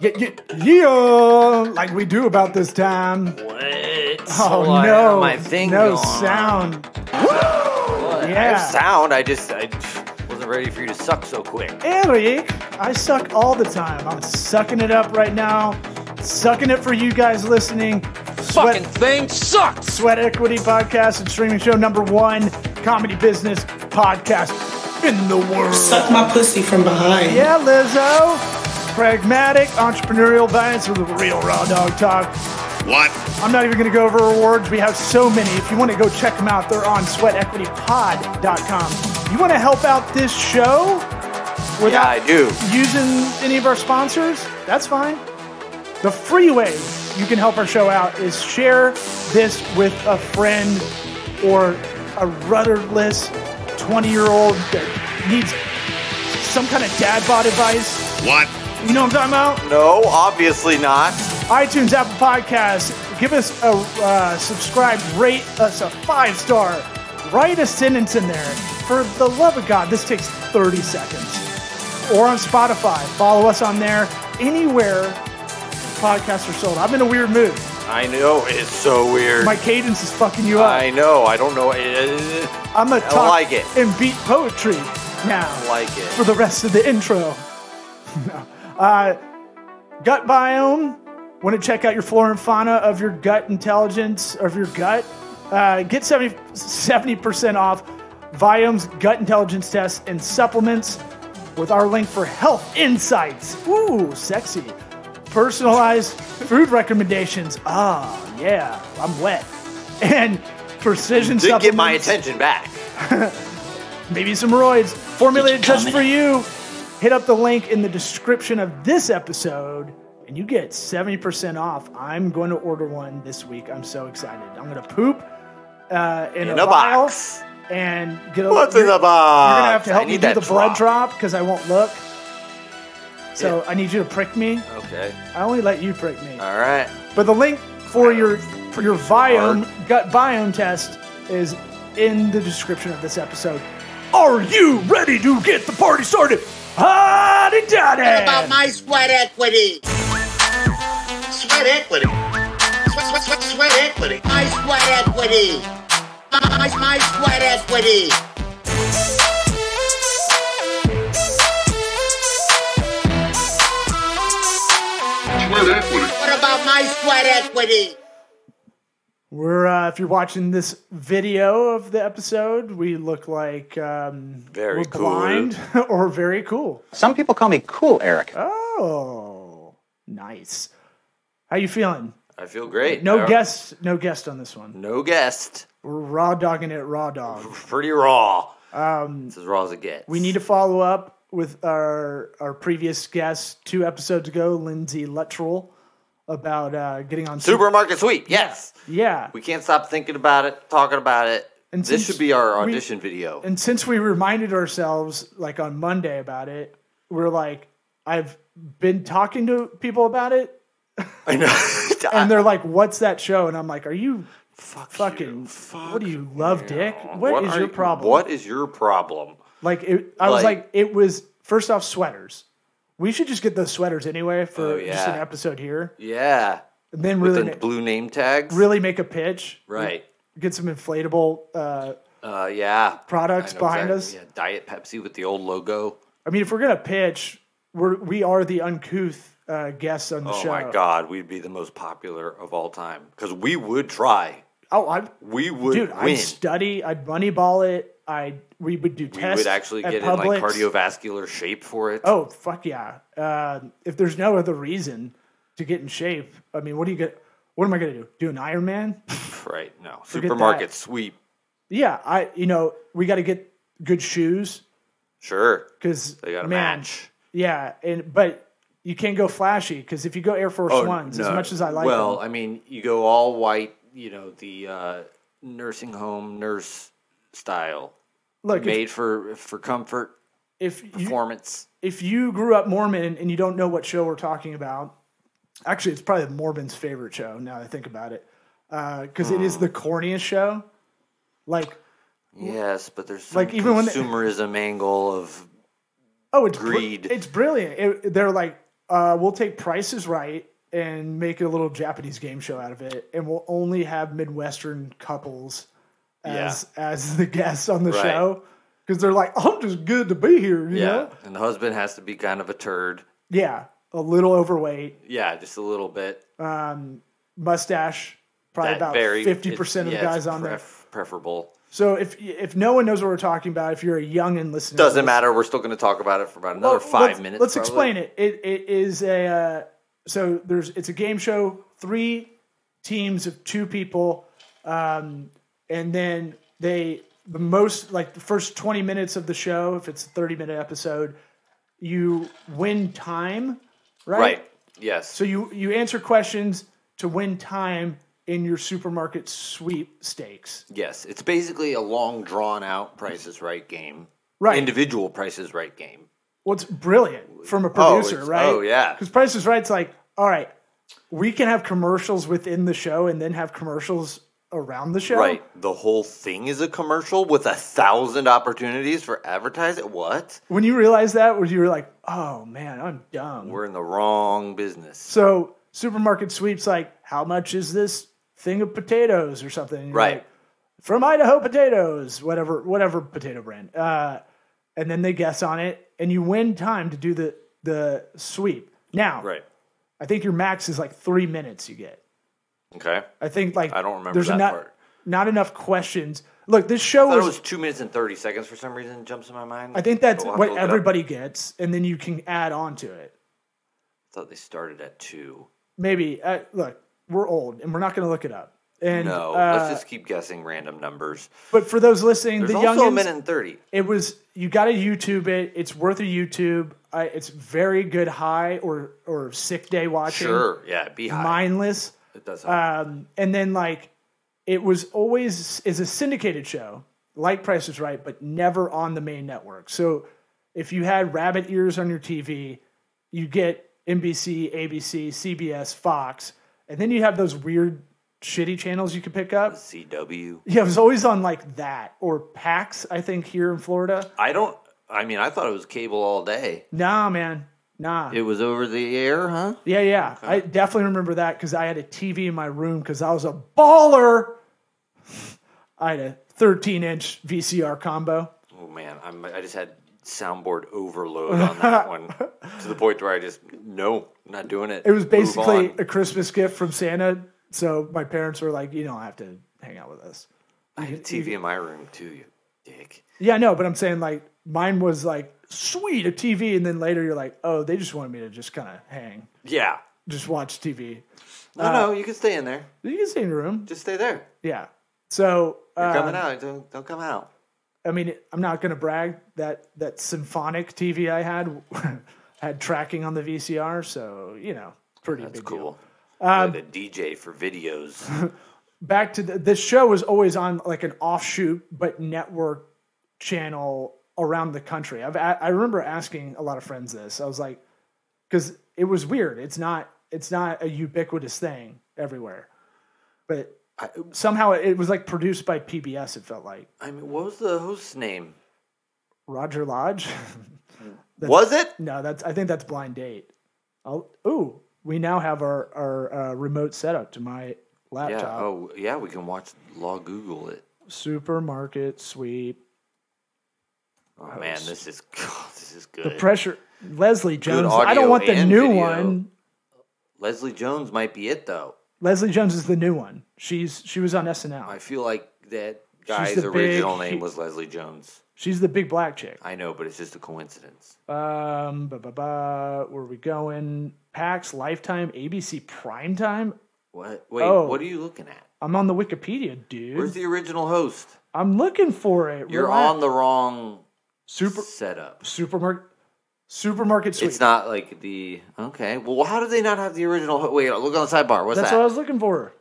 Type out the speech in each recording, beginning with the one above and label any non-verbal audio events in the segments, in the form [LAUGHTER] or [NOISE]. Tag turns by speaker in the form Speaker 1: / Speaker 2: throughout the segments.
Speaker 1: Yeah, yeah, yeah, like we do about this time.
Speaker 2: What?
Speaker 1: Oh
Speaker 2: Why
Speaker 1: no,
Speaker 2: am I thinking
Speaker 1: no
Speaker 2: on?
Speaker 1: sound.
Speaker 2: What? I
Speaker 1: Yeah.
Speaker 2: have sound. I just I wasn't ready for you to suck so quick.
Speaker 1: Eric, I suck all the time. I'm sucking it up right now, sucking it for you guys listening. Sweat,
Speaker 3: Fucking thing sucks.
Speaker 1: Sweat Equity Podcast and streaming show number one comedy business podcast in the world.
Speaker 4: Suck my pussy from behind.
Speaker 1: Yeah, Lizzo. Pragmatic, entrepreneurial violence with real raw dog talk.
Speaker 5: What?
Speaker 1: I'm not even going to go over awards. We have so many. If you want to go check them out, they're on sweatequitypod.com. You want to help out this show without
Speaker 2: Yeah, I do.
Speaker 1: using any of our sponsors? That's fine. The free way you can help our show out is share this with a friend or a rudderless 20 year old that needs some kind of dad bod advice.
Speaker 5: What?
Speaker 1: You know what I'm talking about?
Speaker 2: No, obviously not.
Speaker 1: iTunes, Apple Podcasts. Give us a uh, subscribe, rate us a five star, write a sentence in there. For the love of God, this takes 30 seconds. Or on Spotify, follow us on there. Anywhere podcasts are sold. I'm in a weird mood.
Speaker 2: I know it's so weird. [LAUGHS]
Speaker 1: My cadence is fucking you up.
Speaker 2: I know. I don't know. I
Speaker 1: I'm gonna talk
Speaker 2: like it.
Speaker 1: and beat poetry now.
Speaker 2: like
Speaker 1: for
Speaker 2: it.
Speaker 1: the rest of the intro. [LAUGHS] No. uh, gut biome. Want to check out your flora and fauna of your gut intelligence of your gut? Uh, get 70 percent off Viome's gut intelligence test and supplements with our link for health insights. Ooh, sexy. Personalized food recommendations. Ah, yeah, I'm wet. [LAUGHS] And precision
Speaker 2: Did
Speaker 1: supplements
Speaker 2: get my attention back.
Speaker 1: maybe some roids, formulated just for you. Hit up the link in the description of this episode and you get 70% off. I'm going to order one this week. I'm so excited. I'm going to poop uh, in,
Speaker 2: In a
Speaker 1: vial
Speaker 2: box.
Speaker 1: and get a
Speaker 2: What's in
Speaker 1: you're-
Speaker 2: the box?
Speaker 1: You're going to have to help
Speaker 2: I
Speaker 1: me
Speaker 2: need
Speaker 1: do
Speaker 2: that
Speaker 1: the blood drop because I won't look. So I need you to prick me.
Speaker 2: Okay.
Speaker 1: I only let you prick me.
Speaker 2: All right.
Speaker 1: But the link for your for your biome gut biome test is in the description of this episode. Are you ready to get the party started? Howdy,
Speaker 6: What about
Speaker 1: daddy!
Speaker 6: my sweat equity? Sweat equity. Sweat, sweat, sweat, sweat equity. My sweat equity. My, my, my sweat equity. What about my sweat equity?
Speaker 1: We're uh, if you're watching this video of the episode, we look like um,
Speaker 2: Very
Speaker 1: we're
Speaker 2: cool.
Speaker 1: blind [LAUGHS] or very cool.
Speaker 7: Some people call me cool, Eric.
Speaker 1: Oh, nice. How you feeling?
Speaker 2: I feel great.
Speaker 1: No
Speaker 2: I-
Speaker 1: guest, no guest on this one.
Speaker 2: No guest.
Speaker 1: We're raw dogging it, raw dog.
Speaker 2: Pretty raw. Um, it's as raw as it gets.
Speaker 1: We need to follow up with our our previous guest two episodes ago, Lindsay Luttrell, about uh, getting on
Speaker 2: supermarket sweep. Yes.
Speaker 1: Yeah,
Speaker 2: We can't stop thinking about it, talking about it.
Speaker 1: And
Speaker 2: this
Speaker 1: since
Speaker 2: should be our
Speaker 1: we-
Speaker 2: audition video.
Speaker 1: and since we reminded ourselves like on Monday about it, we're like, I've been talking to people about it,
Speaker 2: [LAUGHS] I know.
Speaker 1: and they're like, "What's that show?" And I'm like, "Are you
Speaker 2: Fuck
Speaker 1: fucking?
Speaker 2: you.
Speaker 1: what do you love, Dick? what is
Speaker 2: are
Speaker 1: your
Speaker 2: you-
Speaker 1: problem?
Speaker 2: What is your problem?
Speaker 1: Like, it, I was
Speaker 2: Like-
Speaker 1: like, it was first off sweaters. We should just get those sweaters anyway for
Speaker 2: Oh,
Speaker 1: just an
Speaker 2: yeah.
Speaker 1: episode here,
Speaker 2: Yeah.
Speaker 1: and then
Speaker 2: With
Speaker 1: really
Speaker 2: the
Speaker 1: ma-
Speaker 2: blue name tags.
Speaker 1: really make a pitch.
Speaker 2: Right.
Speaker 1: get some inflatable. Uh,
Speaker 2: Uh, yeah.
Speaker 1: Products
Speaker 2: I know
Speaker 1: behind
Speaker 2: exactly. Yeah, Diet Pepsi with the old logo.
Speaker 1: I mean, if we're gonna pitch, we're we are the uncouth uh, guests on the
Speaker 2: Oh
Speaker 1: show.
Speaker 2: my god, we'd be the most popular of all time because we would try.
Speaker 1: Oh, I
Speaker 2: We would
Speaker 1: dude,
Speaker 2: win.
Speaker 1: I'd study. I'd moneyball it. I we would do
Speaker 2: we
Speaker 1: tests.
Speaker 2: would actually
Speaker 1: at
Speaker 2: get
Speaker 1: Publix.
Speaker 2: in like cardiovascular shape for it.
Speaker 1: Oh fuck yeah! Uh, if there's no other reason to get in shape, I mean, what do you get? What am I gonna do? Do an Ironman? [LAUGHS]
Speaker 2: Right. No.
Speaker 1: that.
Speaker 2: Supermarket sweep.
Speaker 1: yeah, I you know we got to get good shoes
Speaker 2: Sure.
Speaker 1: because
Speaker 2: They got to
Speaker 1: man,
Speaker 2: match.
Speaker 1: yeah, and but. You can't go flashy because if you go Air Force
Speaker 2: Oh,
Speaker 1: Ones, as
Speaker 2: no.
Speaker 1: much as I like
Speaker 2: Well,
Speaker 1: them,
Speaker 2: I mean, you go all white, you know, the uh, nursing home nurse style,
Speaker 1: look, if,
Speaker 2: made for for comfort,
Speaker 1: if you,
Speaker 2: performance.
Speaker 1: if you grew up Mormon and you don't know what show we're talking about, actually, it's probably Mormon's favorite show now that I think about it, because it is
Speaker 2: Hmm.
Speaker 1: the corniest show. Like,
Speaker 2: Yes, but there's some
Speaker 1: Like, even when they-
Speaker 2: consumerism angle of
Speaker 1: Oh, it's br-
Speaker 2: Greed.
Speaker 1: it's brilliant. It, they're like, uh, we'll take prices right and make a little Japanese game show out of it, and we'll only have Midwestern couples as as [LAUGHS] the guests on the
Speaker 2: Right.
Speaker 1: show because they're like, I'm just good to be here, you
Speaker 2: yeah.
Speaker 1: know?
Speaker 2: And the husband has to be kind of a turd.
Speaker 1: Yeah, a little overweight,
Speaker 2: Yeah, just a little bit.
Speaker 1: mustache, probably
Speaker 2: That
Speaker 1: about
Speaker 2: very-
Speaker 1: fifty percent of
Speaker 2: it's-
Speaker 1: the
Speaker 2: yeah, it's
Speaker 1: guys on there.
Speaker 2: pref- Preferable.
Speaker 1: So if if no one knows what we're talking about, if you're a young and listening, to this-
Speaker 2: Doesn't matter. We're still going to talk about it for about another
Speaker 1: Well,
Speaker 2: five
Speaker 1: let's,
Speaker 2: minutes.
Speaker 1: Let's
Speaker 2: probably.
Speaker 1: explain it. It it is a uh, so there's it's a game show. Three teams of two people, um, and then they the most like the first twenty minutes of the show. If it's a thirty minute episode, you win time, right?
Speaker 2: Right. Yes.
Speaker 1: So you you answer questions to win time in your supermarket sweepstakes.
Speaker 2: yes. It's basically a long, drawn out Price is Right game.
Speaker 1: Right.
Speaker 2: Individual Price is Right game.
Speaker 1: Well, it's brilliant from a producer,
Speaker 2: it's-
Speaker 1: right?
Speaker 2: oh, yeah.
Speaker 1: Because Price is Right's like, all right, we can have commercials within the show and then have commercials around the show.
Speaker 2: Right. The whole thing is a commercial with a thousand opportunities for advertising. What?
Speaker 1: When you realize that, when you were like, oh man, I'm dumb.
Speaker 2: We're in the wrong business.
Speaker 1: so supermarket sweeps like, how much is this thing of potatoes or something? And you're
Speaker 2: Right.
Speaker 1: like, From Idaho potatoes, whatever, whatever potato brand. Uh, and then they guess on it, and you win time to do the the sweep. Now,
Speaker 2: Right.
Speaker 1: I think your max is like three minutes. You get.
Speaker 2: Okay.
Speaker 1: I think like
Speaker 2: I don't remember
Speaker 1: there's
Speaker 2: that
Speaker 1: not,
Speaker 2: part.
Speaker 1: Not enough questions. Look, this show
Speaker 2: I
Speaker 1: was,
Speaker 2: thought it was two minutes and thirty seconds for some reason. Jumps in my mind.
Speaker 1: I think that's
Speaker 2: We'll have to
Speaker 1: what
Speaker 2: look it up.
Speaker 1: everybody gets, and then you can add on to it.
Speaker 2: I thought they started at two.
Speaker 1: Maybe uh, look, we're old, and we're not going to look it up. And
Speaker 2: No,
Speaker 1: uh,
Speaker 2: let's just keep guessing random numbers.
Speaker 1: but for those listening,
Speaker 2: There's
Speaker 1: the
Speaker 2: also a
Speaker 1: youngins,
Speaker 2: minute and thirty.
Speaker 1: it was you got to YouTube it. It's worth a YouTube. I, it's very good high or or sick day watching.
Speaker 2: Sure, yeah, be high.
Speaker 1: mindless.
Speaker 2: it does. help.
Speaker 1: uh, and then like it was always is a syndicated show like price is right but never on the main network so if you had rabbit ears on your tv you get nbc abc cbs fox and then you have those weird shitty channels you could pick up
Speaker 2: CW.
Speaker 1: yeah it was always on like that or pax i think here in florida
Speaker 2: I don't. I mean, I thought it was cable all day.
Speaker 1: nah man nah
Speaker 2: It was over the air, huh?
Speaker 1: yeah yeah i definitely remember that because i had a tv in my room because i was a baller i had a 13 inch vcr combo
Speaker 2: Oh man, I'm, I just had soundboard overload
Speaker 1: [LAUGHS]
Speaker 2: on that one to the point where I just no, I'm not doing it.
Speaker 1: It was basically
Speaker 2: Move
Speaker 1: a
Speaker 2: on.
Speaker 1: Christmas gift from Santa. So my parents were like, you don't have to hang out with us.
Speaker 2: I had a TV in my room too. You dick.
Speaker 1: Yeah, no, but I'm saying like mine was like, sweet, a TV. And then later you're like, oh, they just wanted me to just kind of hang,
Speaker 2: Yeah.
Speaker 1: just watch TV.
Speaker 2: No,
Speaker 1: Uh,
Speaker 2: no, you can stay in there.
Speaker 1: You can stay in your room.
Speaker 2: Just stay there.
Speaker 1: Yeah. So,
Speaker 2: You're
Speaker 1: uh,
Speaker 2: coming out. Don't don't come out.
Speaker 1: I mean, I'm not going to brag that that symphonic TV I had [LAUGHS] had tracking on the VCR. So, you know, pretty
Speaker 2: That's
Speaker 1: big deal. Uh,
Speaker 2: cool. Um, the DJ for videos.
Speaker 1: back to the, this show was always on like an offshoot but network channel around the country. I've a- I remember asking a lot of friends this. I was like, because it was weird. It's not it's not a ubiquitous thing everywhere, but somehow it, was like produced by PBS. It felt like
Speaker 2: [LAUGHS] I mean, what was the host's name?
Speaker 1: Roger Lodge. [LAUGHS]
Speaker 2: Was it?
Speaker 1: no, that's I think that's Blind Date. Oh, ooh, we now have our our uh, remote setup to my
Speaker 2: Yeah.
Speaker 1: laptop.
Speaker 2: Oh, yeah. We can watch Law Google it.
Speaker 1: Supermarket sweep.
Speaker 2: Oh man, this is [LAUGHS] this is good.
Speaker 1: The pressure. Leslie Jones. I
Speaker 2: audio
Speaker 1: don't want the
Speaker 2: and
Speaker 1: new
Speaker 2: video.
Speaker 1: one.
Speaker 2: Leslie Jones might be it though.
Speaker 1: Leslie Jones is the new one. She's she was on SNL.
Speaker 2: I feel like that guy's
Speaker 1: the big-
Speaker 2: original name
Speaker 1: he-
Speaker 2: was Leslie Jones.
Speaker 1: She's the big black chick.
Speaker 2: I know, but it's just a coincidence.
Speaker 1: Um, ba ba ba. Where are we going? PAX, Lifetime, ABC, Primetime.
Speaker 2: What? Wait,
Speaker 1: Oh.
Speaker 2: what are you looking at?
Speaker 1: I'm on the Wikipedia, dude.
Speaker 2: Where's the original host?
Speaker 1: I'm looking for it.
Speaker 2: You're
Speaker 1: Relax.
Speaker 2: on the wrong
Speaker 1: super
Speaker 2: setup.
Speaker 1: supermarket supermarket sweep.
Speaker 2: It's not like the okay. Well, how do they not have the original? ho- Wait, look on the sidebar. What's
Speaker 1: That's
Speaker 2: that?
Speaker 1: what I was looking for.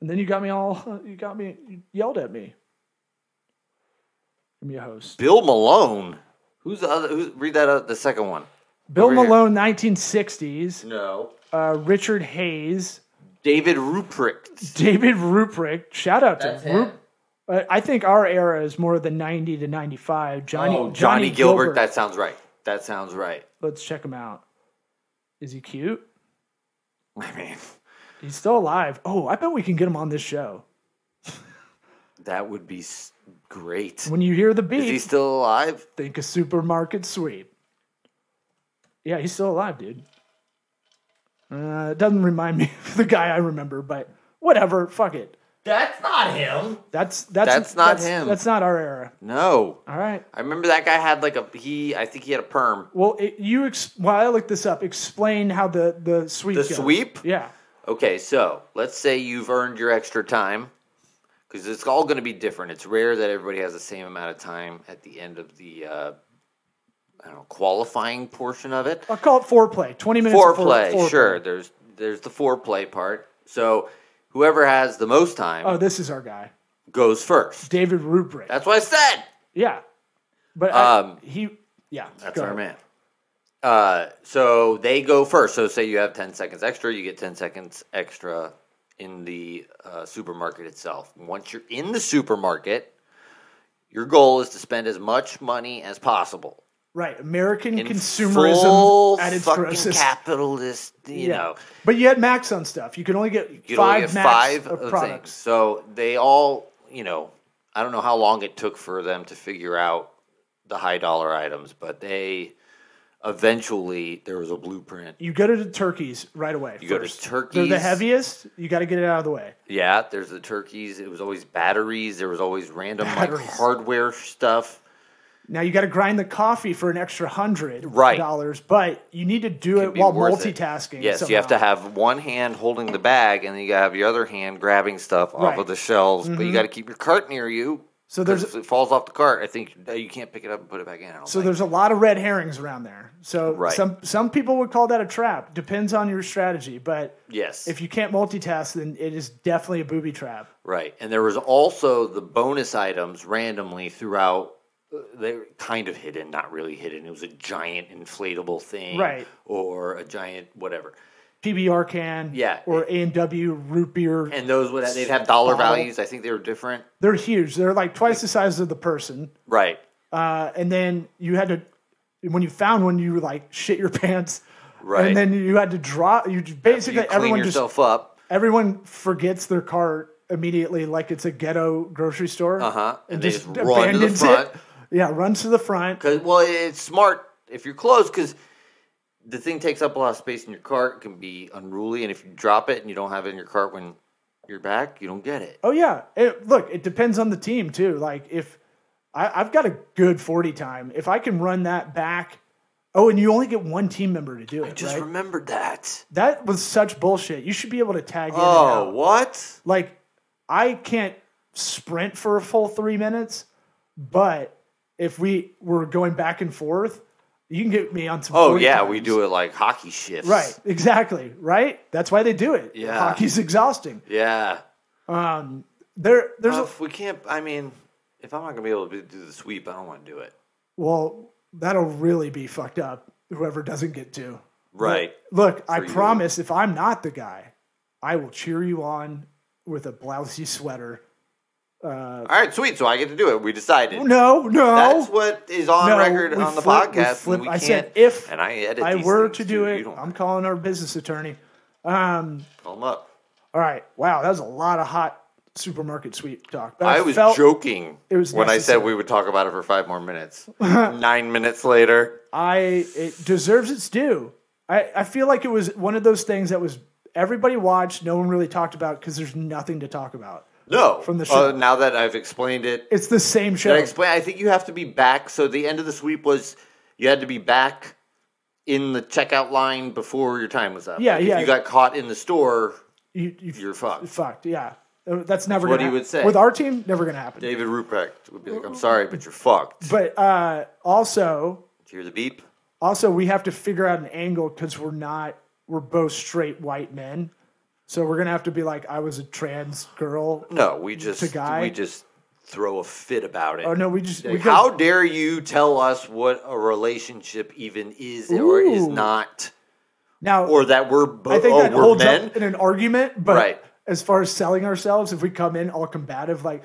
Speaker 1: And then you got me all. [LAUGHS] You got me. You yelled at me. Give me a host.
Speaker 2: Bill Malone. Who's the other? Who's, read that. Uh, the second one.
Speaker 1: Bill
Speaker 2: over here.
Speaker 1: Malone, 1960s.
Speaker 2: No.
Speaker 1: uh, Richard Hayes, [LAUGHS]
Speaker 2: David Ruprecht.
Speaker 1: David Ruprecht. Shout out
Speaker 2: That's
Speaker 1: to
Speaker 2: him.
Speaker 1: Rup. Uh, I think our era is more the 90 to 95. Johnny,
Speaker 2: Johnny, Oh, Gilbert. That sounds right. That sounds right. [LAUGHS]
Speaker 1: Let's check him out. Is he cute?
Speaker 2: I mean,
Speaker 1: He's still alive. Oh, I bet we can get him on this show.
Speaker 2: that would be s- great.
Speaker 1: When you hear the
Speaker 2: Is he
Speaker 1: beat,
Speaker 2: still alive?
Speaker 1: think a supermarket sweep. Yeah, he's still alive, dude. Uh, it doesn't remind me [LAUGHS] of the guy I remember, but whatever. Fuck it.
Speaker 4: That's not him.
Speaker 1: That's that's
Speaker 2: That's not him.
Speaker 1: That's not our era.
Speaker 2: No.
Speaker 1: All right.
Speaker 2: I remember that guy had like a he. I think he had a perm.
Speaker 1: Well, it, you ex- while I look this up, explain how the the sweep.
Speaker 2: The
Speaker 1: goes.
Speaker 2: sweep.
Speaker 1: Yeah.
Speaker 2: Okay, so let's say you've earned your extra time because it's all going to be different. It's rare that everybody has the same amount of time at the end of the uh, I don't know qualifying portion of it.
Speaker 1: I'll call it foreplay. Twenty minutes. of fore-
Speaker 2: Foreplay,
Speaker 1: foreplay.
Speaker 2: sure. There's there's the foreplay part. So whoever has the most time
Speaker 1: Oh, this is our guy,
Speaker 2: goes first.
Speaker 1: David Rubric.
Speaker 2: That's what I said.
Speaker 1: yeah. But I-
Speaker 2: Um,
Speaker 1: he, yeah.
Speaker 2: That's
Speaker 1: go
Speaker 2: our
Speaker 1: ahead.
Speaker 2: man. Uh, so they go first. So say you have ten seconds extra, you get ten seconds extra in the uh, supermarket itself. Once you're in the supermarket, your goal is to spend as much money as possible.
Speaker 1: Right, American
Speaker 2: In
Speaker 1: consumerism
Speaker 2: full
Speaker 1: at its
Speaker 2: fucking
Speaker 1: grossest.
Speaker 2: capitalist, you
Speaker 1: Yeah.
Speaker 2: know.
Speaker 1: But you had max on stuff. You could only get
Speaker 2: you
Speaker 1: five
Speaker 2: only get
Speaker 1: max
Speaker 2: five
Speaker 1: of
Speaker 2: of things.
Speaker 1: products.
Speaker 2: So they all, you know, I don't know how long it took for them to figure out the high dollar items, but they eventually there was a blueprint.
Speaker 1: You go to the turkeys right away.
Speaker 2: You go to
Speaker 1: first.
Speaker 2: turkeys.
Speaker 1: They're the heaviest. You got to get it out of the way.
Speaker 2: Yeah, there's the turkeys. It was always batteries. There was always random like
Speaker 1: Batteries.
Speaker 2: hardware stuff.
Speaker 1: Now you got to grind the coffee for an extra hundred
Speaker 2: Right.
Speaker 1: dollars, but you need to do
Speaker 2: It'd
Speaker 1: it
Speaker 2: be
Speaker 1: Uh, while
Speaker 2: worth it.
Speaker 1: multitasking.
Speaker 2: Yes, you have to
Speaker 1: somehow.
Speaker 2: have one hand holding the bag, and then you gotta have your other hand grabbing stuff off
Speaker 1: Right. Mm-hmm.
Speaker 2: of the shelves. But you gotta keep your cart near you.
Speaker 1: So
Speaker 2: 'cause
Speaker 1: there's
Speaker 2: if it falls off the cart, I think uh, you can't pick it up and put it back in. I don't
Speaker 1: So
Speaker 2: think.
Speaker 1: there's a lot of red herrings around there. So
Speaker 2: Right.
Speaker 1: some some people would call that a trap. Depends on your strategy, but
Speaker 2: yes,
Speaker 1: if you can't multitask, then it is definitely a booby trap.
Speaker 2: right, and there was also the bonus items randomly throughout. uh, They were kind of hidden, not really hidden. It was a giant inflatable thing,
Speaker 1: Right.
Speaker 2: or a giant whatever.
Speaker 1: PBR can,
Speaker 2: Yeah.
Speaker 1: or A and W root beer.
Speaker 2: And those would they'd have dollar
Speaker 1: Bottle.
Speaker 2: values. I think they were different.
Speaker 1: They're huge. They're like twice the size of the person.
Speaker 2: Right.
Speaker 1: Uh, and then you had to, when you found one, you were like shit your [LAUGHS] pants.
Speaker 2: Right.
Speaker 1: And then you had to draw. You just-
Speaker 2: So
Speaker 1: basically
Speaker 2: you clean
Speaker 1: everyone just
Speaker 2: yourself up.
Speaker 1: everyone forgets their cart immediately, like it's a ghetto grocery store. Uh
Speaker 2: Uh-huh. And they just run to the front.
Speaker 1: Yeah, runs to the front.
Speaker 2: Cause well, it's smart if you're close because the thing takes up a lot of space in your cart. It can be unruly, and if you drop it and you don't have it in your cart when you're back, you don't get it.
Speaker 1: Oh yeah. It, look, it depends on the team too. Like if I, I've got a good forty time, if I can run that back. Oh, and you only get one team member to do it.
Speaker 2: Just
Speaker 1: right?
Speaker 2: remembered that.
Speaker 1: That was such bullshit. You should be able to tag in.
Speaker 2: Oh,
Speaker 1: and out.
Speaker 2: what?
Speaker 1: like I can't sprint for a full three minutes, but if we were going back and forth, you can get me on some.
Speaker 2: Oh
Speaker 1: 40
Speaker 2: yeah,
Speaker 1: times.
Speaker 2: we do it like hockey shifts.
Speaker 1: Right, exactly. Right, that's why they do it.
Speaker 2: Yeah.
Speaker 1: hockey's exhausting.
Speaker 2: Yeah.
Speaker 1: There, there's
Speaker 2: Uh,
Speaker 1: a,
Speaker 2: if we can't, I mean, if I'm not gonna be able to do the sweep, I don't want to do it.
Speaker 1: well, that'll really be fucked up. Whoever doesn't get to.
Speaker 2: Right.
Speaker 1: Look, I
Speaker 2: you.
Speaker 1: promise if I'm not the guy, I will cheer you on with a blousy sweater.
Speaker 2: All right, sweet. So I get to do it. We decided.
Speaker 1: No, no.
Speaker 2: That's what is on
Speaker 1: No,
Speaker 2: record
Speaker 1: we
Speaker 2: on the
Speaker 1: flip- we
Speaker 2: podcast. and
Speaker 1: flip-
Speaker 2: we
Speaker 1: I
Speaker 2: can't,
Speaker 1: said if
Speaker 2: and I edit.
Speaker 1: I
Speaker 2: these
Speaker 1: were
Speaker 2: things
Speaker 1: to
Speaker 2: too.
Speaker 1: do
Speaker 2: You
Speaker 1: it,
Speaker 2: don't
Speaker 1: I'm calling our business attorney.
Speaker 2: call 'em up.
Speaker 1: All right. Wow, that was a lot of hot supermarket sweep talk. But
Speaker 2: I was
Speaker 1: felt
Speaker 2: joking
Speaker 1: it was
Speaker 2: when I
Speaker 1: necessary.
Speaker 2: said we would talk about it for five
Speaker 1: [LAUGHS]
Speaker 2: more minutes. Nine minutes later,
Speaker 1: I it deserves its due. I, I feel like it was one of those things that was everybody watched, no one really talked about because there's nothing to talk about.
Speaker 2: no.
Speaker 1: From the
Speaker 2: Uh,
Speaker 1: show.
Speaker 2: now that I've explained it,
Speaker 1: It's the same show.
Speaker 2: Did I explain? I think you have to be back. So the end of the sweep was you had to be back in the checkout line before your time was up.
Speaker 1: Yeah,
Speaker 2: Like,
Speaker 1: yeah.
Speaker 2: If you got caught in the store,
Speaker 1: you, you
Speaker 2: you're fucked.
Speaker 1: fucked. Yeah, that's never
Speaker 2: what
Speaker 1: gonna
Speaker 2: he
Speaker 1: hap-
Speaker 2: would say.
Speaker 1: with our team. Never gonna happen.
Speaker 2: David Ruprecht would be like, "I'm sorry, but you're fucked."
Speaker 1: Mm-hmm. But uh, also,
Speaker 2: Did you hear the beep?
Speaker 1: also we have to figure out an angle because we're not we're both straight white men, so we're gonna have to be like I was a trans girl.
Speaker 2: No, we just
Speaker 1: To guy?
Speaker 2: we just throw a fit about it.
Speaker 1: Oh no, we just we
Speaker 2: Like,
Speaker 1: go-
Speaker 2: how dare you tell us what a relationship even is or is
Speaker 1: Ooh.
Speaker 2: not,
Speaker 1: now
Speaker 2: or that
Speaker 1: I
Speaker 2: we're both
Speaker 1: think
Speaker 2: oh,
Speaker 1: that
Speaker 2: we're
Speaker 1: holds
Speaker 2: men?
Speaker 1: up in an argument, but
Speaker 2: Right.
Speaker 1: as far as selling ourselves, if we come in all combative, like,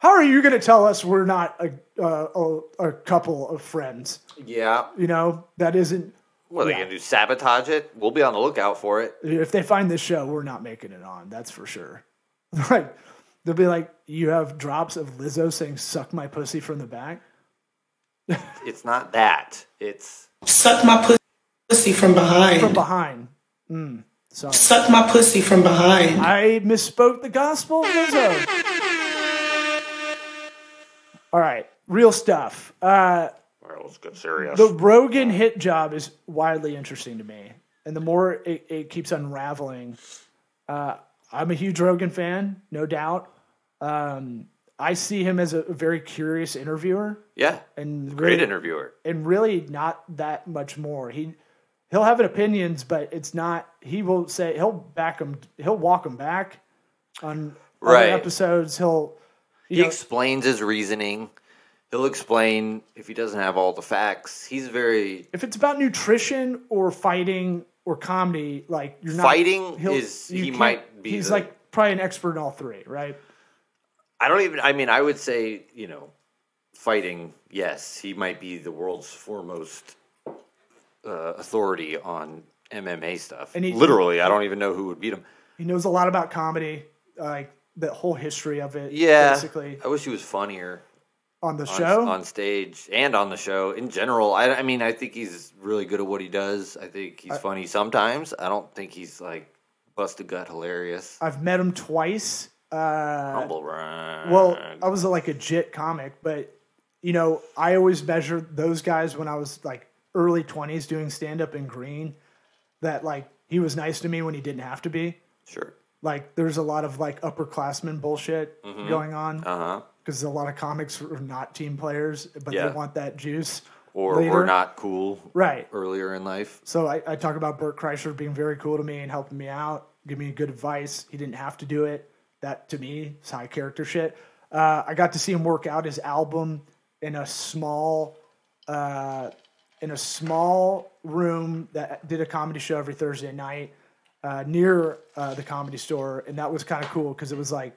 Speaker 1: How are you going to tell us we're not a, uh, a a couple of friends?
Speaker 2: Yeah.
Speaker 1: You know that isn't.
Speaker 2: What are they gonna do? Sabotage it? We'll be on the lookout for it.
Speaker 1: If they find this show, we're not making it on. That's for sure. [LAUGHS] Like they'll be like, you have drops of Lizzo saying "suck my pussy" from the back.
Speaker 2: It's not that. It's
Speaker 4: Suck my pus- pussy from behind.
Speaker 1: from behind. Mm, sorry.
Speaker 4: Suck my pussy from behind.
Speaker 1: I misspoke the gospel, Lizzo. All right, real stuff. Uh,
Speaker 2: well, let's get serious.
Speaker 1: the Rogan hit job is wildly interesting to me, and the more it, it keeps unraveling, uh, I'm a huge Rogan fan, no doubt. Um, I see him as a very curious interviewer,
Speaker 2: yeah.
Speaker 1: and
Speaker 2: Great
Speaker 1: really-
Speaker 2: interviewer.
Speaker 1: and really not that much more. He he'll have an opinions, but it's not. He will say he'll back him. He'll walk him back on other
Speaker 2: Right.
Speaker 1: episodes. He'll
Speaker 2: He explains his reasoning. He'll explain if he doesn't have all the facts. He's very
Speaker 1: if it's about nutrition or fighting or comedy, like you're not
Speaker 2: Fighting
Speaker 1: he'll-
Speaker 2: is-
Speaker 1: you
Speaker 2: he
Speaker 1: can't-
Speaker 2: might be
Speaker 1: He's
Speaker 2: the-
Speaker 1: like probably an expert in all three, right?
Speaker 2: I don't even. I mean, I would say you know, fighting. Yes, he might be the world's foremost uh, authority on MMA stuff.
Speaker 1: And he-
Speaker 2: Literally, I don't even know who would beat him.
Speaker 1: He knows a lot about comedy, like the whole history of it.
Speaker 2: Yeah,
Speaker 1: basically
Speaker 2: I wish he was funnier
Speaker 1: on the
Speaker 2: on,
Speaker 1: show.
Speaker 2: on stage and on the show in general. I, I mean, I think he's really good at what he does. I think he's funny sometimes. I don't think he's like bust a gut hilarious.
Speaker 1: I've met him twice. Uh,
Speaker 2: Humble brag.
Speaker 1: Well, I was like a JIT comic, but you know, I always measured those guys when I was like early 20s doing stand up in green that like he was nice to me when he didn't have to be.
Speaker 2: sure.
Speaker 1: Like there's a lot of like upperclassmen bullshit going on
Speaker 2: Uh huh.
Speaker 1: because a lot of comics are not team players, but
Speaker 2: Yeah.
Speaker 1: they want that juice.
Speaker 2: Or
Speaker 1: later.
Speaker 2: we're not cool
Speaker 1: Right.
Speaker 2: earlier in life.
Speaker 1: So I, I talk about Bert Kreischer being very cool to me and helping me out, giving me good advice. He didn't have to do it. That to me is high character shit. Uh, I got to see him work out his album in a small, uh, in a small room that did a comedy show every Thursday night uh, near uh, the comedy store, and that was kind of cool because it was like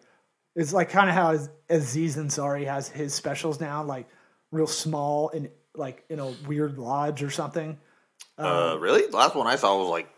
Speaker 1: it's like kind of how Az- Aziz Ansari has his specials now, like real small and like in a weird lodge or something.
Speaker 2: Uh, really? The last one I saw was like,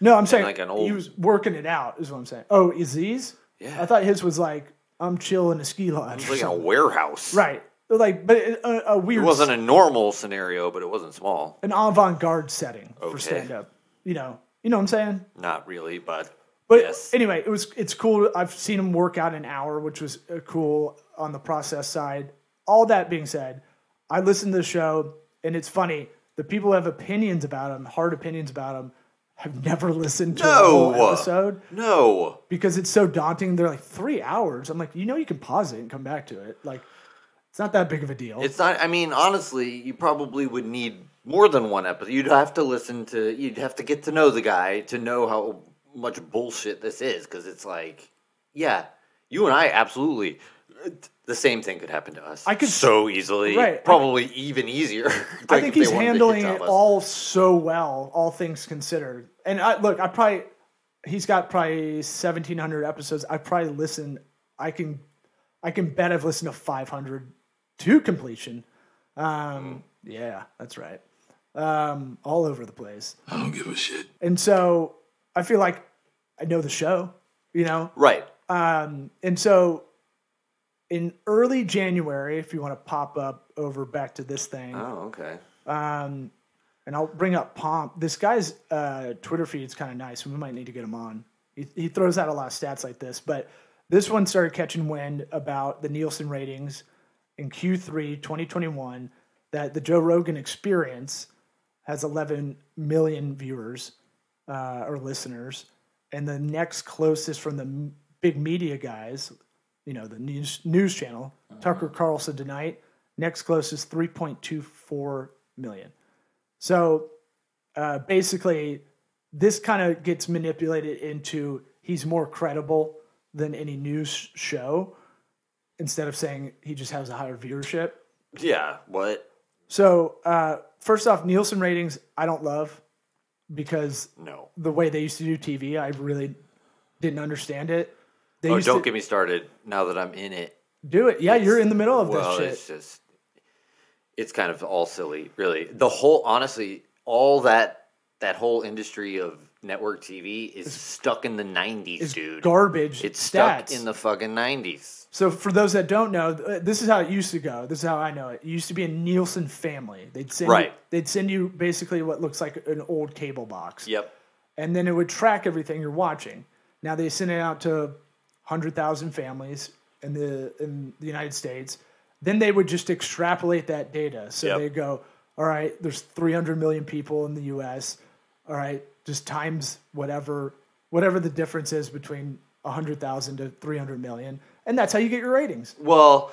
Speaker 1: No, I'm saying
Speaker 2: like an old-
Speaker 1: he was working it out, is what I'm saying. Oh, Aziz?
Speaker 2: Yeah.
Speaker 1: I thought his was like, I'm chill in a ski lodge.
Speaker 2: it
Speaker 1: or [LAUGHS]
Speaker 2: was like in a
Speaker 1: something.
Speaker 2: warehouse.
Speaker 1: Right. Like, but it- a, a
Speaker 2: It
Speaker 1: weird,
Speaker 2: wasn't a normal scenario, but it wasn't small.
Speaker 1: an avant garde setting for
Speaker 2: Okay.
Speaker 1: stand up. You know, you know what I'm saying?
Speaker 2: Not really, but
Speaker 1: But
Speaker 2: yes.
Speaker 1: anyway, it was it's cool. I've seen him work out an hour, which was uh, cool on the process side. All that being said, I listened to the show, and it's funny. The people who have opinions about him, hard opinions about him, have never listened to a whole
Speaker 2: No.
Speaker 1: episode.
Speaker 2: no.
Speaker 1: because it's so daunting. They're like three hours. I'm like, you know, you can pause it and come back to it. Like, it's not that big of a deal.
Speaker 2: It's not, I mean, honestly, you probably would need more than one episode. You'd have to listen to, you'd have to get to know the guy to know how much bullshit this is, because it's like, yeah, you and I absolutely. The same thing could happen to us.
Speaker 1: I could-
Speaker 2: so easily,
Speaker 1: Right.
Speaker 2: probably even easier.
Speaker 1: I
Speaker 2: [LAUGHS] than
Speaker 1: think
Speaker 2: if they
Speaker 1: he's
Speaker 2: wanted to
Speaker 1: handling
Speaker 2: shit
Speaker 1: it
Speaker 2: on us.
Speaker 1: all so well, all things considered. And I look, I probably he's got probably 1,700 episodes. I probably listen. I can, I can bet I've listened to 500 to completion. Um, Yeah, that's right. Um, all over the place. I don't give a shit. And so I feel like I know the show. You know,
Speaker 2: Right.
Speaker 1: And so in early January, if you want to pop up over back to this thing,
Speaker 2: Oh, okay.
Speaker 1: and I'll bring up Pomp. This guy's uh, Twitter feed's kind of nice. We might need to get him on. He, he throws out a lot of stats like this, but this one started catching wind about the Nielsen ratings in Q3 2021 that the Joe Rogan experience has 11 million viewers uh, or listeners. And the next closest from the m- big media guys, you know, the news, news channel, Tucker Carlson Tonight, next closest 3.24 million. So uh, basically, this kind of gets manipulated into he's more credible than any news show instead of saying he just has a higher viewership.
Speaker 2: Yeah. What?
Speaker 1: So, uh, first off, Nielsen ratings, I don't love because
Speaker 2: No.
Speaker 1: the way they used to do TV, I really didn't understand it. They
Speaker 2: Oh,
Speaker 1: used
Speaker 2: don't
Speaker 1: to-
Speaker 2: get me started now that I'm in it.
Speaker 1: Do it. Yeah, you're in the middle of
Speaker 2: well,
Speaker 1: this
Speaker 2: it's
Speaker 1: shit.
Speaker 2: just it's kind of all silly, really. The whole honestly, all that that whole industry of network TV is stuck in the nineties,
Speaker 1: It's
Speaker 2: dude.
Speaker 1: garbage.
Speaker 2: It's
Speaker 1: stats.
Speaker 2: stuck in the fucking nineties.
Speaker 1: So for those that don't know, uh, this is how it used to go. This is how I know it. It used to be a Nielsen family. They'd send You,
Speaker 2: Right.
Speaker 1: they'd send you basically what looks like an old cable box.
Speaker 2: Yep.
Speaker 1: And then it would track everything you're watching. Now they send it out to hundred thousand families in the in the United States. Then they would just extrapolate that data. So
Speaker 2: Yep.
Speaker 1: they go, all right, there's 300 million people in the U.S. All right, just times whatever whatever the difference is between 100,000 to 300 million, and that's how you get your ratings.
Speaker 2: Well,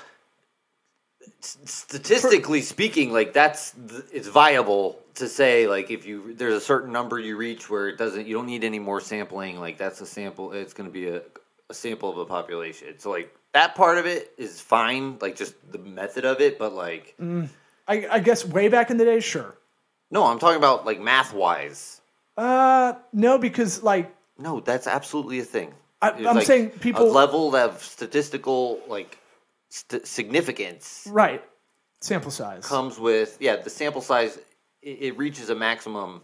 Speaker 2: s- statistically speaking, like that's th- it's viable to say like if you there's a certain number you reach where it doesn't you don't need any more sampling. Like that's a sample. It's going to be a, a sample of a population. So like that part of it is fine. Like just the method of it, but like
Speaker 1: Mm. I, I guess way back in the day, sure.
Speaker 2: no, I'm talking about like math wise.
Speaker 1: Uh, no, because like
Speaker 2: No, that's absolutely a thing.
Speaker 1: I-
Speaker 2: There's,
Speaker 1: I'm
Speaker 2: like,
Speaker 1: saying
Speaker 2: a
Speaker 1: people-
Speaker 2: level of statistical like st- significance
Speaker 1: right, sample size.
Speaker 2: comes with yeah the sample size it, it reaches a maximum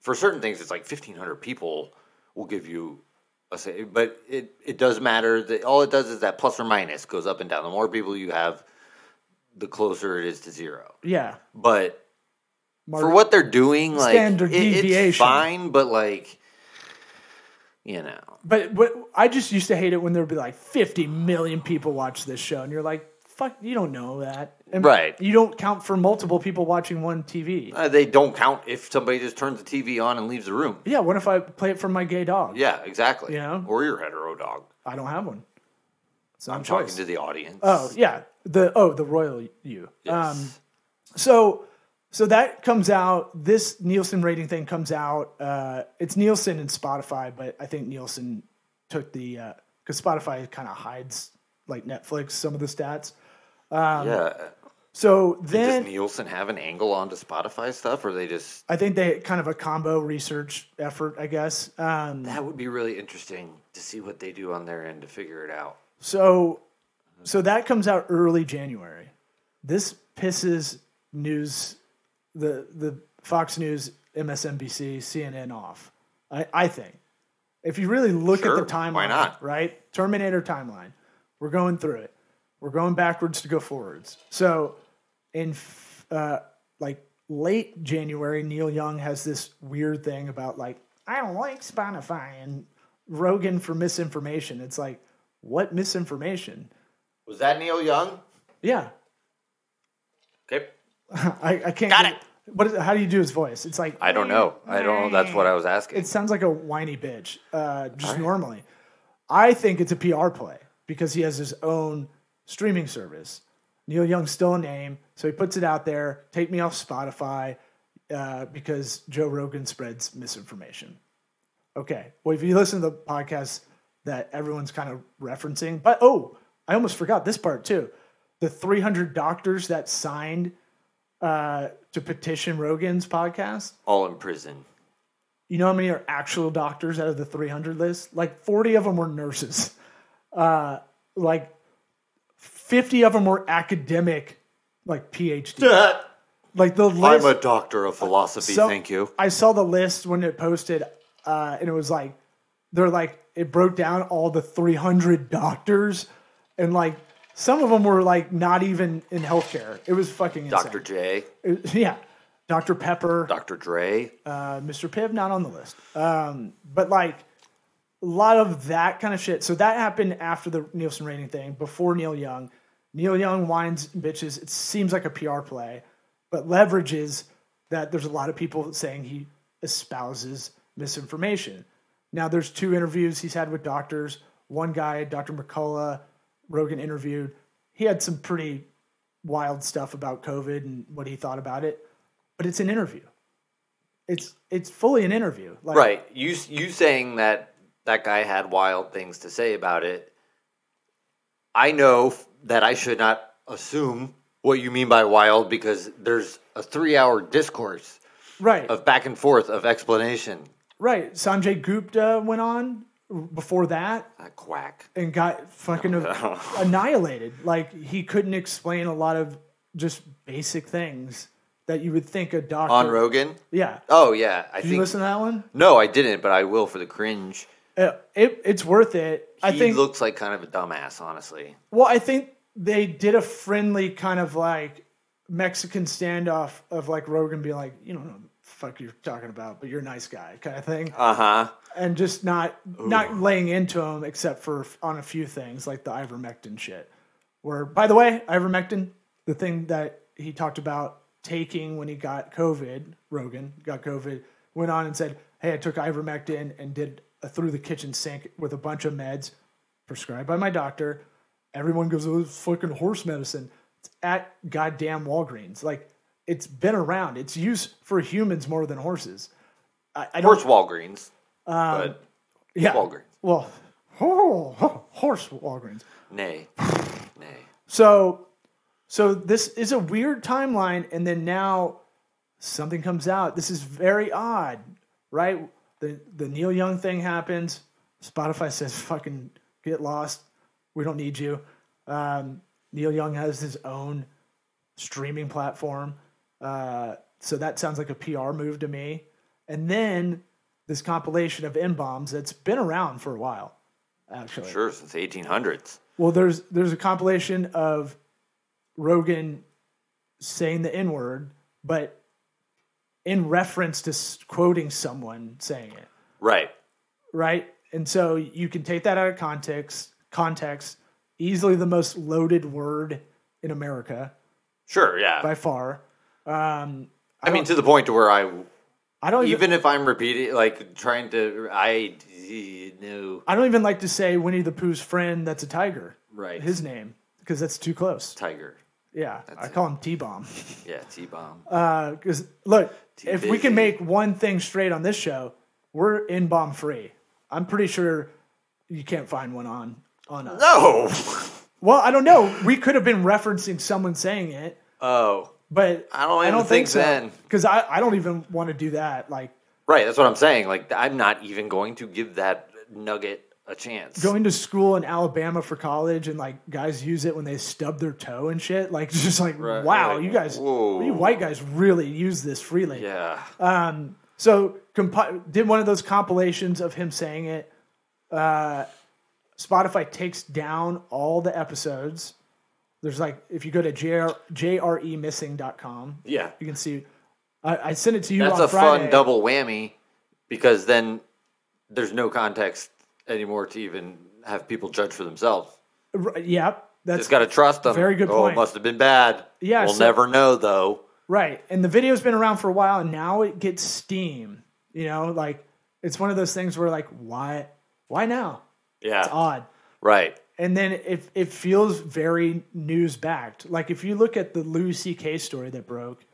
Speaker 2: for certain things it's like 1500 people will give you a say but it, it does matter that all it does is that plus or minus goes up and down the more people you have the closer it is to zero
Speaker 1: yeah,
Speaker 2: but
Speaker 1: Mark,
Speaker 2: for what they're doing like
Speaker 1: Standard
Speaker 2: it- it's
Speaker 1: deviation.
Speaker 2: fine but like you know
Speaker 1: But what, I just used to hate it when there would be like 50 million people watch this show, and you're like, fuck, you don't know that, and
Speaker 2: Right.
Speaker 1: You don't count for multiple people watching one TV.
Speaker 2: uh, they don't count if somebody just turns the tv on and leaves the room
Speaker 1: yeah, what if I play it for my gay dog?
Speaker 2: yeah exactly
Speaker 1: Yeah.
Speaker 2: or your hetero dog
Speaker 1: I don't have one. It's not
Speaker 2: i'm
Speaker 1: a
Speaker 2: talking
Speaker 1: choice.
Speaker 2: to the audience
Speaker 1: Oh yeah, the oh the royal you. Um,
Speaker 2: Yes.
Speaker 1: so so that comes out. This Nielsen rating thing comes out. Uh, it's Nielsen and Spotify, but I think Nielsen took the because Spotify kind of hides like Netflix some of the stats. um,
Speaker 2: yeah
Speaker 1: So then
Speaker 2: Does Nielsen have an angle onto Spotify stuff, or they just
Speaker 1: I think they kind of a combo research effort, I guess. Um,
Speaker 2: that would be really interesting to see what they do on their end to figure it out.
Speaker 1: so so that comes out early January. This pisses news the the Fox News, MSNBC, CNN off. I, I think if you really look
Speaker 2: Sure,
Speaker 1: at the timeline,
Speaker 2: why not?
Speaker 1: Right, Terminator timeline. We're going through it. We're going backwards to go forwards. So in f- uh, like late January, Neil Young has this weird thing about like I don't like Spotify and Rogan for misinformation. It's like what misinformation?
Speaker 2: Was that Neil Young?
Speaker 1: Yeah,
Speaker 2: Okay,
Speaker 1: I, I can't.
Speaker 2: Got
Speaker 1: get-
Speaker 2: it.
Speaker 1: What is, how do you do his voice? It's like
Speaker 2: I don't know. I don't know. That's what I was asking.
Speaker 1: it sounds like a whiny bitch, uh, just normally. I think it's a PR play because he has his own streaming service. Neil Young's still a name, so he puts it out there. Take me off Spotify uh, because Joe Rogan spreads misinformation. Okay. Well, if you listen to the podcast that everyone's kind of referencing, but oh, I almost forgot this part too. The 300 doctors that signed uh, to petition Rogan's podcast
Speaker 2: All in prison. [LAUGHS]
Speaker 1: you know how many are actual doctors out of the 300 list? Like 40 of them were nurses. Uh, like 50 of them were academic, like PhD. like the list.
Speaker 2: I'm a doctor of philosophy.
Speaker 1: So-
Speaker 2: thank you.
Speaker 1: I saw the list when it posted, uh, and it was like they're like it broke down all the 300 doctors, and like some of them were like not even in healthcare. It was fucking insane.
Speaker 2: Dr. J,
Speaker 1: It- yeah, Dr. Pepper.
Speaker 2: Dr. Dre.
Speaker 1: Mr. Piv not on the list. Um, but like a lot of that kind of shit. So that happened after the Nielsen rating thing, before Neil Young. Neil Young whines and bitches. It seems like a PR play, but leverages that there's a lot of people saying he espouses misinformation. Now there's two interviews he's had with doctors. One guy, Dr. McCullough, Rogan interviewed. He had some pretty wild stuff about COVID and what he thought about it. But it's an interview. It's it's fully an interview. Like,
Speaker 2: Right. You s- you saying that that guy had wild things to say about it. I know f- that I should not assume what you mean by wild because there's a 3-hour discourse
Speaker 1: Right.
Speaker 2: of back and forth of explanation.
Speaker 1: Right. Sanjay Gupta went on. before that
Speaker 2: That quack.
Speaker 1: and got fucking
Speaker 2: [LAUGHS]
Speaker 1: annihilated. Like he couldn't explain a lot of just basic things that you would think a doctor
Speaker 2: On Rogan?
Speaker 1: Yeah.
Speaker 2: Oh, yeah. I
Speaker 1: Did you
Speaker 2: think.
Speaker 1: listen to that one?
Speaker 2: No, I didn't, but I will for the cringe.
Speaker 1: Uh, It, it's worth it. I
Speaker 2: he
Speaker 1: think.
Speaker 2: looks like kind of a dumbass, honestly.
Speaker 1: well, I think they did a friendly kind of like Mexican standoff of like Rogan being like, you don't know. what the Fuck you're talking about, but you're a nice guy, kind of thing,
Speaker 2: Uh huh.
Speaker 1: and just not not laying into him except for f- on a few things like the ivermectin shit. Where, by the way, ivermectin, the thing that he talked about taking when he got COVID, Rogan got COVID, went on and said, "Hey, I took ivermectin and did a through the kitchen sink with a bunch of meds prescribed by my doctor." Everyone goes, "Oh, it's fucking horse medicine." It's at goddamn Walgreens. Like, it's been around. It's used for humans more than horses. I, I don't.
Speaker 2: Of course, Walgreens.
Speaker 1: Um,
Speaker 2: but
Speaker 1: Yeah.
Speaker 2: Walgreens.
Speaker 1: Well, oh, horse Walgreens.
Speaker 2: nay. nay.
Speaker 1: So, so this is a weird timeline, and then now something comes out. This is very odd, right? The the Neil Young thing happens. Spotify says, "Fucking get lost. We don't need you." Um, Neil Young has his own streaming platform, uh, so that sounds like a PR move to me. And then this compilation of n bombs that's been around for a while, actually.
Speaker 2: Sure, since the 1800s.
Speaker 1: Well, there's there's a compilation of Rogan saying the N word, but in reference to s- quoting someone saying it,
Speaker 2: Right.
Speaker 1: right? And so you can take that out of context. Context, easily the most loaded word in America
Speaker 2: Sure, yeah.
Speaker 1: by far. Um,
Speaker 2: I mean, to the point to where I,
Speaker 1: I don't even,
Speaker 2: even if I'm repeating, like trying to, I eh, no
Speaker 1: I don't even like to say Winnie the Pooh's friend. That's a tiger.
Speaker 2: Right.
Speaker 1: His name because that's too close.
Speaker 2: tiger.
Speaker 1: Yeah, I call him T bomb.
Speaker 2: Yeah, T bomb.
Speaker 1: Uh, Because look, if we can
Speaker 2: busy.
Speaker 1: make one thing straight on this show, we're in bomb free. I'm pretty sure you can't find one on on us.
Speaker 2: no.
Speaker 1: Well, I don't know. We could have been referencing someone saying it,
Speaker 2: Oh,
Speaker 1: but
Speaker 2: I don't even think then.
Speaker 1: because I, I don't even want to do that. Like
Speaker 2: right. That's what I'm saying. Like, I'm not even going to give that nugget a chance.
Speaker 1: going to school in Alabama for college and like guys use it when they stub their toe and shit. Like [LAUGHS] it's just like
Speaker 2: Right,
Speaker 1: wow,
Speaker 2: like,
Speaker 1: you guys,
Speaker 2: whoa.
Speaker 1: you white guys really use this freely.
Speaker 2: yeah.
Speaker 1: Uh, So compi- did one of those compilations of him saying it. Uh, Spotify takes down all the episodes. There's like if you go to jr, E jremissing.com,
Speaker 2: yeah.
Speaker 1: you can see. I, I sent it to you
Speaker 2: That's
Speaker 1: on
Speaker 2: a
Speaker 1: Friday.
Speaker 2: fun double whammy because then there's no context anymore to even have people judge for themselves.
Speaker 1: R- Yep, that's
Speaker 2: Just got to trust them.
Speaker 1: Very good
Speaker 2: oh,
Speaker 1: point.
Speaker 2: it must have been bad.
Speaker 1: Yeah,
Speaker 2: We'll
Speaker 1: so-
Speaker 2: never know, though.
Speaker 1: right. And the video's been around for a while, and now it gets steam. You know, like it's one of those things where like why why now?
Speaker 2: Yeah.
Speaker 1: It's odd.
Speaker 2: Right.
Speaker 1: and then it it feels very news backed. Like if you look at the Louis C.K. story that broke,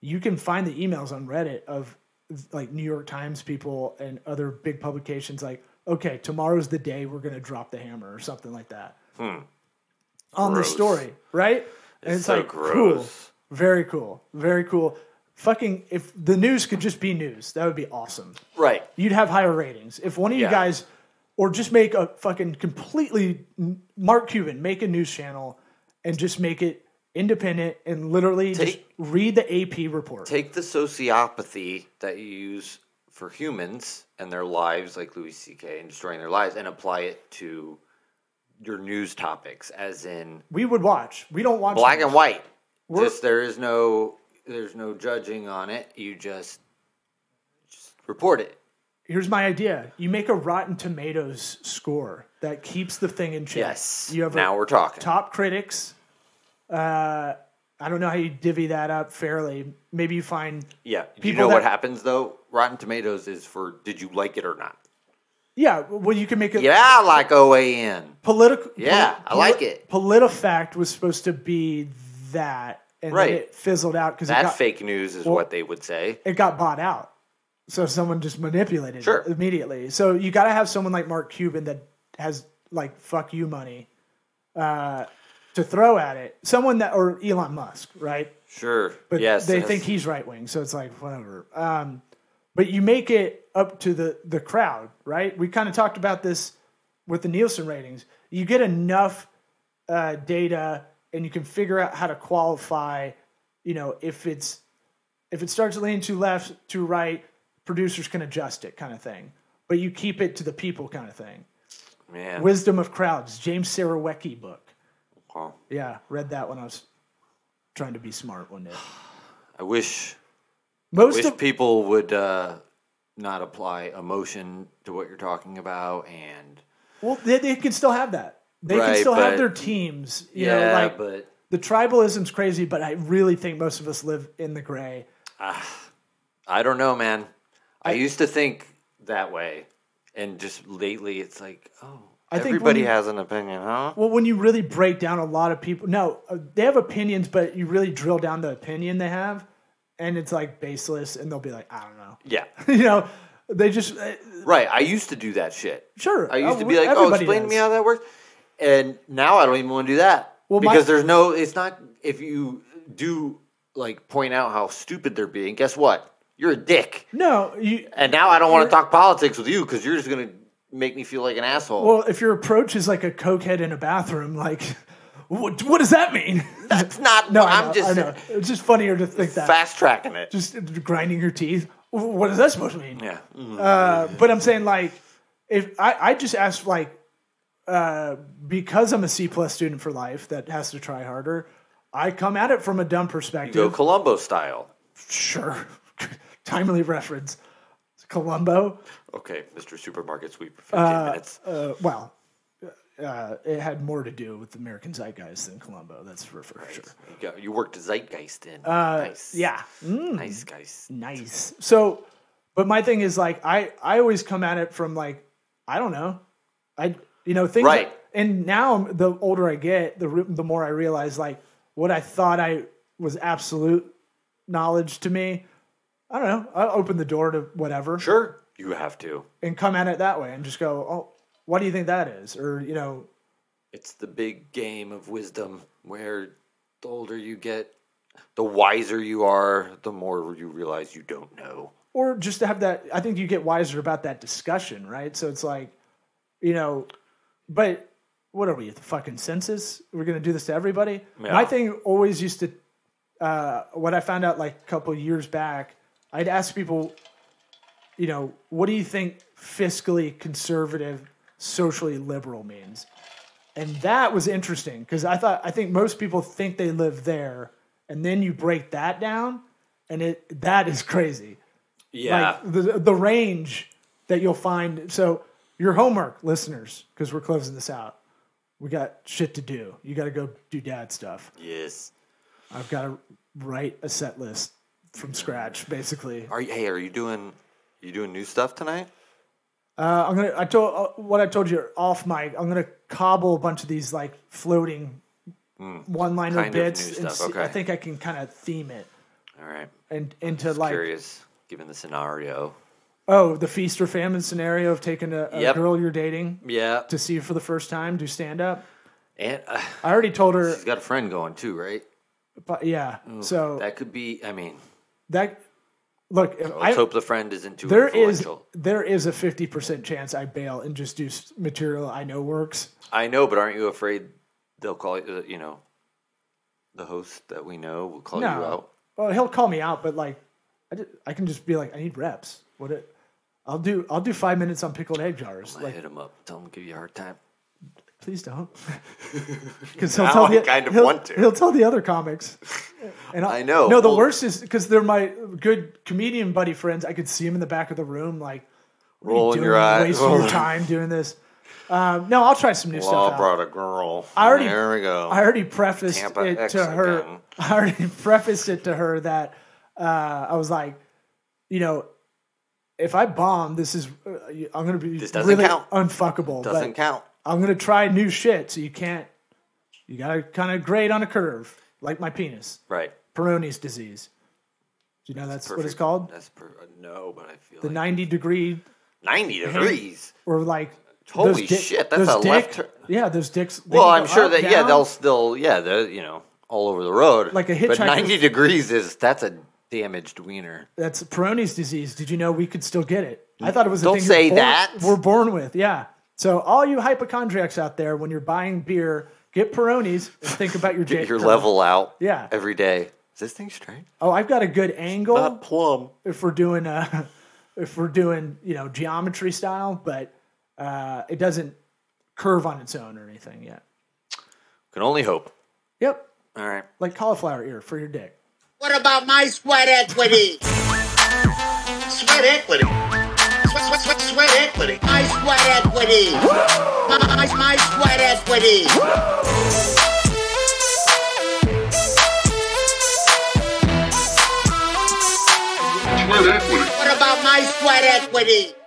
Speaker 1: you can find the emails on Reddit of like New York Times people and other big publications like, okay, tomorrow's the day we're gonna drop the hammer or something like that. On
Speaker 2: Hmm. Gross.
Speaker 1: the story, right? And
Speaker 2: It's so gross.
Speaker 1: cool, very cool, very cool. Fucking if the news could just be news, that would be awesome
Speaker 2: Right.
Speaker 1: you'd have higher ratings. If one of you
Speaker 2: Yeah.
Speaker 1: guys, or just make a fucking completely Mark Cuban, make a news channel and just make it independent and literally just
Speaker 2: Take-
Speaker 1: read the AP report.
Speaker 2: Take the sociopathy that you use for humans and their lives, like Louis C.K. and destroying their lives, and apply it to your news topics, as in
Speaker 1: we would watch. We don't watch
Speaker 2: black and white.
Speaker 1: We're-
Speaker 2: just there is no there's no judging on it. You just just report it.
Speaker 1: Here's my idea: you make a Rotten Tomatoes score that keeps the thing in check.
Speaker 2: Yes.
Speaker 1: you have a
Speaker 2: now we're talking.
Speaker 1: top critics. Uh, I don't know how you divvy that up fairly. Maybe you find
Speaker 2: yeah. Do you
Speaker 1: people
Speaker 2: know what
Speaker 1: that-
Speaker 2: happens though? Rotten Tomatoes is for did you like it or not?
Speaker 1: yeah. Well, you can make it.
Speaker 2: Yeah, I like OAN.
Speaker 1: political.
Speaker 2: Yeah, I like it.
Speaker 1: Politifact was supposed to be that, and
Speaker 2: Right.
Speaker 1: then it fizzled out because it,
Speaker 2: That's
Speaker 1: got-
Speaker 2: fake news is what they would say.
Speaker 1: it got bought out. So someone just manipulated
Speaker 2: Sure.
Speaker 1: it immediately. So you got to have someone like Mark Cuban that has like fuck you money uh, to throw at it. Someone that or Elon Musk, right?
Speaker 2: Sure.
Speaker 1: But
Speaker 2: yes.
Speaker 1: they
Speaker 2: yes.
Speaker 1: think he's right wing, so it's like whatever. Um, but you make it up to the the crowd, right? We kind of talked about this with the Nielsen ratings. You get enough uh, data, and you can figure out how to qualify. You know, if it's if it starts leaning to left to right, producers can adjust it, kind of thing. But you keep it to the people, kind of thing.
Speaker 2: Man.
Speaker 1: Wisdom of Crowds, James Sarawecki book.
Speaker 2: Wow.
Speaker 1: Yeah, read that when I was trying to be smart one day.
Speaker 2: I wish
Speaker 1: Most
Speaker 2: wish
Speaker 1: of
Speaker 2: people would uh, not apply emotion to what you're talking about and
Speaker 1: well, they, they can still have that. They can
Speaker 2: Right,
Speaker 1: still have
Speaker 2: but-
Speaker 1: their teams. You
Speaker 2: yeah,
Speaker 1: know, like
Speaker 2: but
Speaker 1: the tribalism's crazy, but I really think most of us live in the gray.
Speaker 2: I don't know, man. I, used to think that way, and just lately, it's like, oh,
Speaker 1: I think when
Speaker 2: everybody
Speaker 1: you-
Speaker 2: has an opinion, huh?
Speaker 1: Well, when you really break down a lot of people, no, uh, they have opinions, but you really drill down the opinion they have, and it's like baseless, and they'll be like, I don't know. [LAUGHS]
Speaker 2: Yeah,
Speaker 1: you know, they just uh,
Speaker 2: right. I used to do that shit.
Speaker 1: sure.
Speaker 2: I used
Speaker 1: uh,
Speaker 2: to be like, oh,
Speaker 1: everybody
Speaker 2: explain to me
Speaker 1: does.
Speaker 2: how that works, and now I don't even want to do that
Speaker 1: Well, my-
Speaker 2: because there's no. It's not if you do like point out how stupid they're being. Guess what? You're a dick,
Speaker 1: No, you
Speaker 2: and now I don't want to talk politics with you because you're just gonna make me feel like an asshole.
Speaker 1: Well, if your approach is like a cokehead in a bathroom, like, [LAUGHS] what, what does that mean? [LAUGHS]
Speaker 2: That's not.
Speaker 1: no, I
Speaker 2: I'm
Speaker 1: know, I
Speaker 2: just
Speaker 1: know. It's just funnier to think that.
Speaker 2: fast tracking it.
Speaker 1: Just grinding your teeth. What is that supposed to mean?
Speaker 2: yeah.
Speaker 1: Uh, but I'm saying like, if I, I just asked like, uh, because I'm a C plus student for life that has to try harder, I come at it from a dumb perspective.
Speaker 2: Go Columbo style.
Speaker 1: sure, [LAUGHS] timely reference. Columbo.
Speaker 2: Okay, Mr. Supermarket Sweep for 15 minutes.
Speaker 1: uh, well, uh, it had more to do with the American zeitgeist than Columbo. That's for, for sure.
Speaker 2: You, got, you worked Zeitgeist in. nice.
Speaker 1: uh, Yeah, Hmm.
Speaker 2: Nice, guys.
Speaker 1: nice. So, but my thing is like I I always come at it from like I don't know, I you know things.
Speaker 2: Right.
Speaker 1: and now I'm- the older I get, the re- the more I realize like what I thought I was absolute knowledge to me. I don't know. I open the door to whatever
Speaker 2: Sure. You have to.
Speaker 1: and come at it that way and just go, oh, what do you think that is? Or you know,
Speaker 2: It's the big game of wisdom where the older you get, the wiser you are, the more you realize you don't know.
Speaker 1: or just to have that i think you get wiser about that discussion right so it's like you know but what are we the fucking census we're going to do this to everybody
Speaker 2: Yeah.
Speaker 1: my thing always used to uh, what i found out like a couple years back i'd ask people you know what do you think fiscally conservative socially liberal means and that was interesting because i thought i think most people think they live there and then you break that down and it that is crazy
Speaker 2: Yeah.
Speaker 1: like the the range that you'll find. So your homework, listeners, because we're closing this out. We got shit to do. You got to go do dad stuff.
Speaker 2: yes.
Speaker 1: I've got to write a set list from scratch, basically.
Speaker 2: Are you, hey, are you doing you doing new stuff tonight?
Speaker 1: Uh, I'm gonna. I told uh, what I told you off mic. I'm gonna cobble a bunch of these like floating one-liner
Speaker 2: Hmm. Kind of new
Speaker 1: bits. and
Speaker 2: stuff,
Speaker 1: see- I
Speaker 2: okay.
Speaker 1: think I can kind of theme it
Speaker 2: All right.
Speaker 1: and into like
Speaker 2: Curious, given the scenario.
Speaker 1: oh the feast or famine scenario of taking a, a
Speaker 2: Yep.
Speaker 1: girl you're dating
Speaker 2: Yeah.
Speaker 1: to see you for the first time, do stand up.
Speaker 2: And uh,
Speaker 1: I already told her,
Speaker 2: he's got a friend going too, right?
Speaker 1: but yeah. so that,
Speaker 2: That could be, I mean,
Speaker 1: look, if
Speaker 2: let's
Speaker 1: I,
Speaker 2: hope the friend isn't too
Speaker 1: there is
Speaker 2: influential.
Speaker 1: there is a fifty percent chance I bail and just do s- material I know works.
Speaker 2: I know, but aren't you afraid they'll call you? uh, You know, the host that we know will call you
Speaker 1: No.
Speaker 2: out.
Speaker 1: Well, he'll call me out, but like, I, ju- I can just be like, I need reps. What? It, I'll do I'll do five minutes on pickled egg jars.
Speaker 2: Like,
Speaker 1: Like,
Speaker 2: hit him up. Tell him to give you a hard time.
Speaker 1: please
Speaker 2: [LAUGHS]
Speaker 1: don't, because he'll
Speaker 2: Now
Speaker 1: tell
Speaker 2: I
Speaker 1: the
Speaker 2: kind of
Speaker 1: he'll-
Speaker 2: want to.
Speaker 1: He'll tell the other
Speaker 2: [LAUGHS]
Speaker 1: comics. And
Speaker 2: I know.
Speaker 1: No, the
Speaker 2: Well-
Speaker 1: worst is because they're my good comedian buddy friends. I could see him in the back of the room, like what are you
Speaker 2: Rolling
Speaker 1: doing?
Speaker 2: your eyes.
Speaker 1: wasting
Speaker 2: [LAUGHS]
Speaker 1: your time doing this. Um, no, I'll try some new stuff.
Speaker 2: Law
Speaker 1: out.
Speaker 2: brought a girl.
Speaker 1: I already-
Speaker 2: There we go.
Speaker 1: I already prefaced
Speaker 2: Tampa
Speaker 1: it
Speaker 2: X
Speaker 1: to her.
Speaker 2: again.
Speaker 1: [LAUGHS] I already prefaced it to her that uh, I was like, you know, if I bomb, this is uh, I'm gonna be
Speaker 2: This doesn't
Speaker 1: really
Speaker 2: count.
Speaker 1: unfuckable. but
Speaker 2: Doesn't count.
Speaker 1: I'm gonna try new shit, so you can't. You gotta kind of grade on a curve, like my penis,
Speaker 2: Right.
Speaker 1: Peyronie's disease. Do you know that's what it's
Speaker 2: Perfect.
Speaker 1: called?
Speaker 2: That's per- uh, no, but I feel
Speaker 1: The
Speaker 2: like
Speaker 1: 90 degree
Speaker 2: 90 degrees.
Speaker 1: or like.
Speaker 2: Holy
Speaker 1: those dick-
Speaker 2: shit, that's
Speaker 1: those
Speaker 2: a left
Speaker 1: dick-
Speaker 2: turn.
Speaker 1: Yeah, those dicks. they
Speaker 2: Well,
Speaker 1: go
Speaker 2: I'm sure
Speaker 1: up,
Speaker 2: that yeah,
Speaker 1: down.
Speaker 2: they'll still yeah, they're you know all over the road.
Speaker 1: Like a
Speaker 2: But
Speaker 1: hitchhiker-
Speaker 2: 90 degrees is that's a damaged wiener.
Speaker 1: That's Peroni's disease. Did you know we could still get it? I thought it was a
Speaker 2: Mm. Don't
Speaker 1: thing
Speaker 2: say
Speaker 1: you're born-
Speaker 2: that.
Speaker 1: we're born with. Yeah. So all you hypochondriacs out there, when you're buying beer, get Peroni's and think about your
Speaker 2: Get your
Speaker 1: Jameson.
Speaker 2: level out.
Speaker 1: Yeah.
Speaker 2: Every day. Is this thing straight?
Speaker 1: Oh, I've got a good angle
Speaker 2: Not plumb.
Speaker 1: if we're doing uh, [LAUGHS] if we're doing you know geometry style, but uh, it doesn't curve on its own or anything yet.
Speaker 2: Can only hope.
Speaker 1: Yep,
Speaker 2: All right.
Speaker 1: like cauliflower ear for your dick.
Speaker 6: What about my sweat equity? sweat equity. Sweat, sweat, sweat, sweat equity. My sweat equity. My, my sweat equity. What about my sweat equity?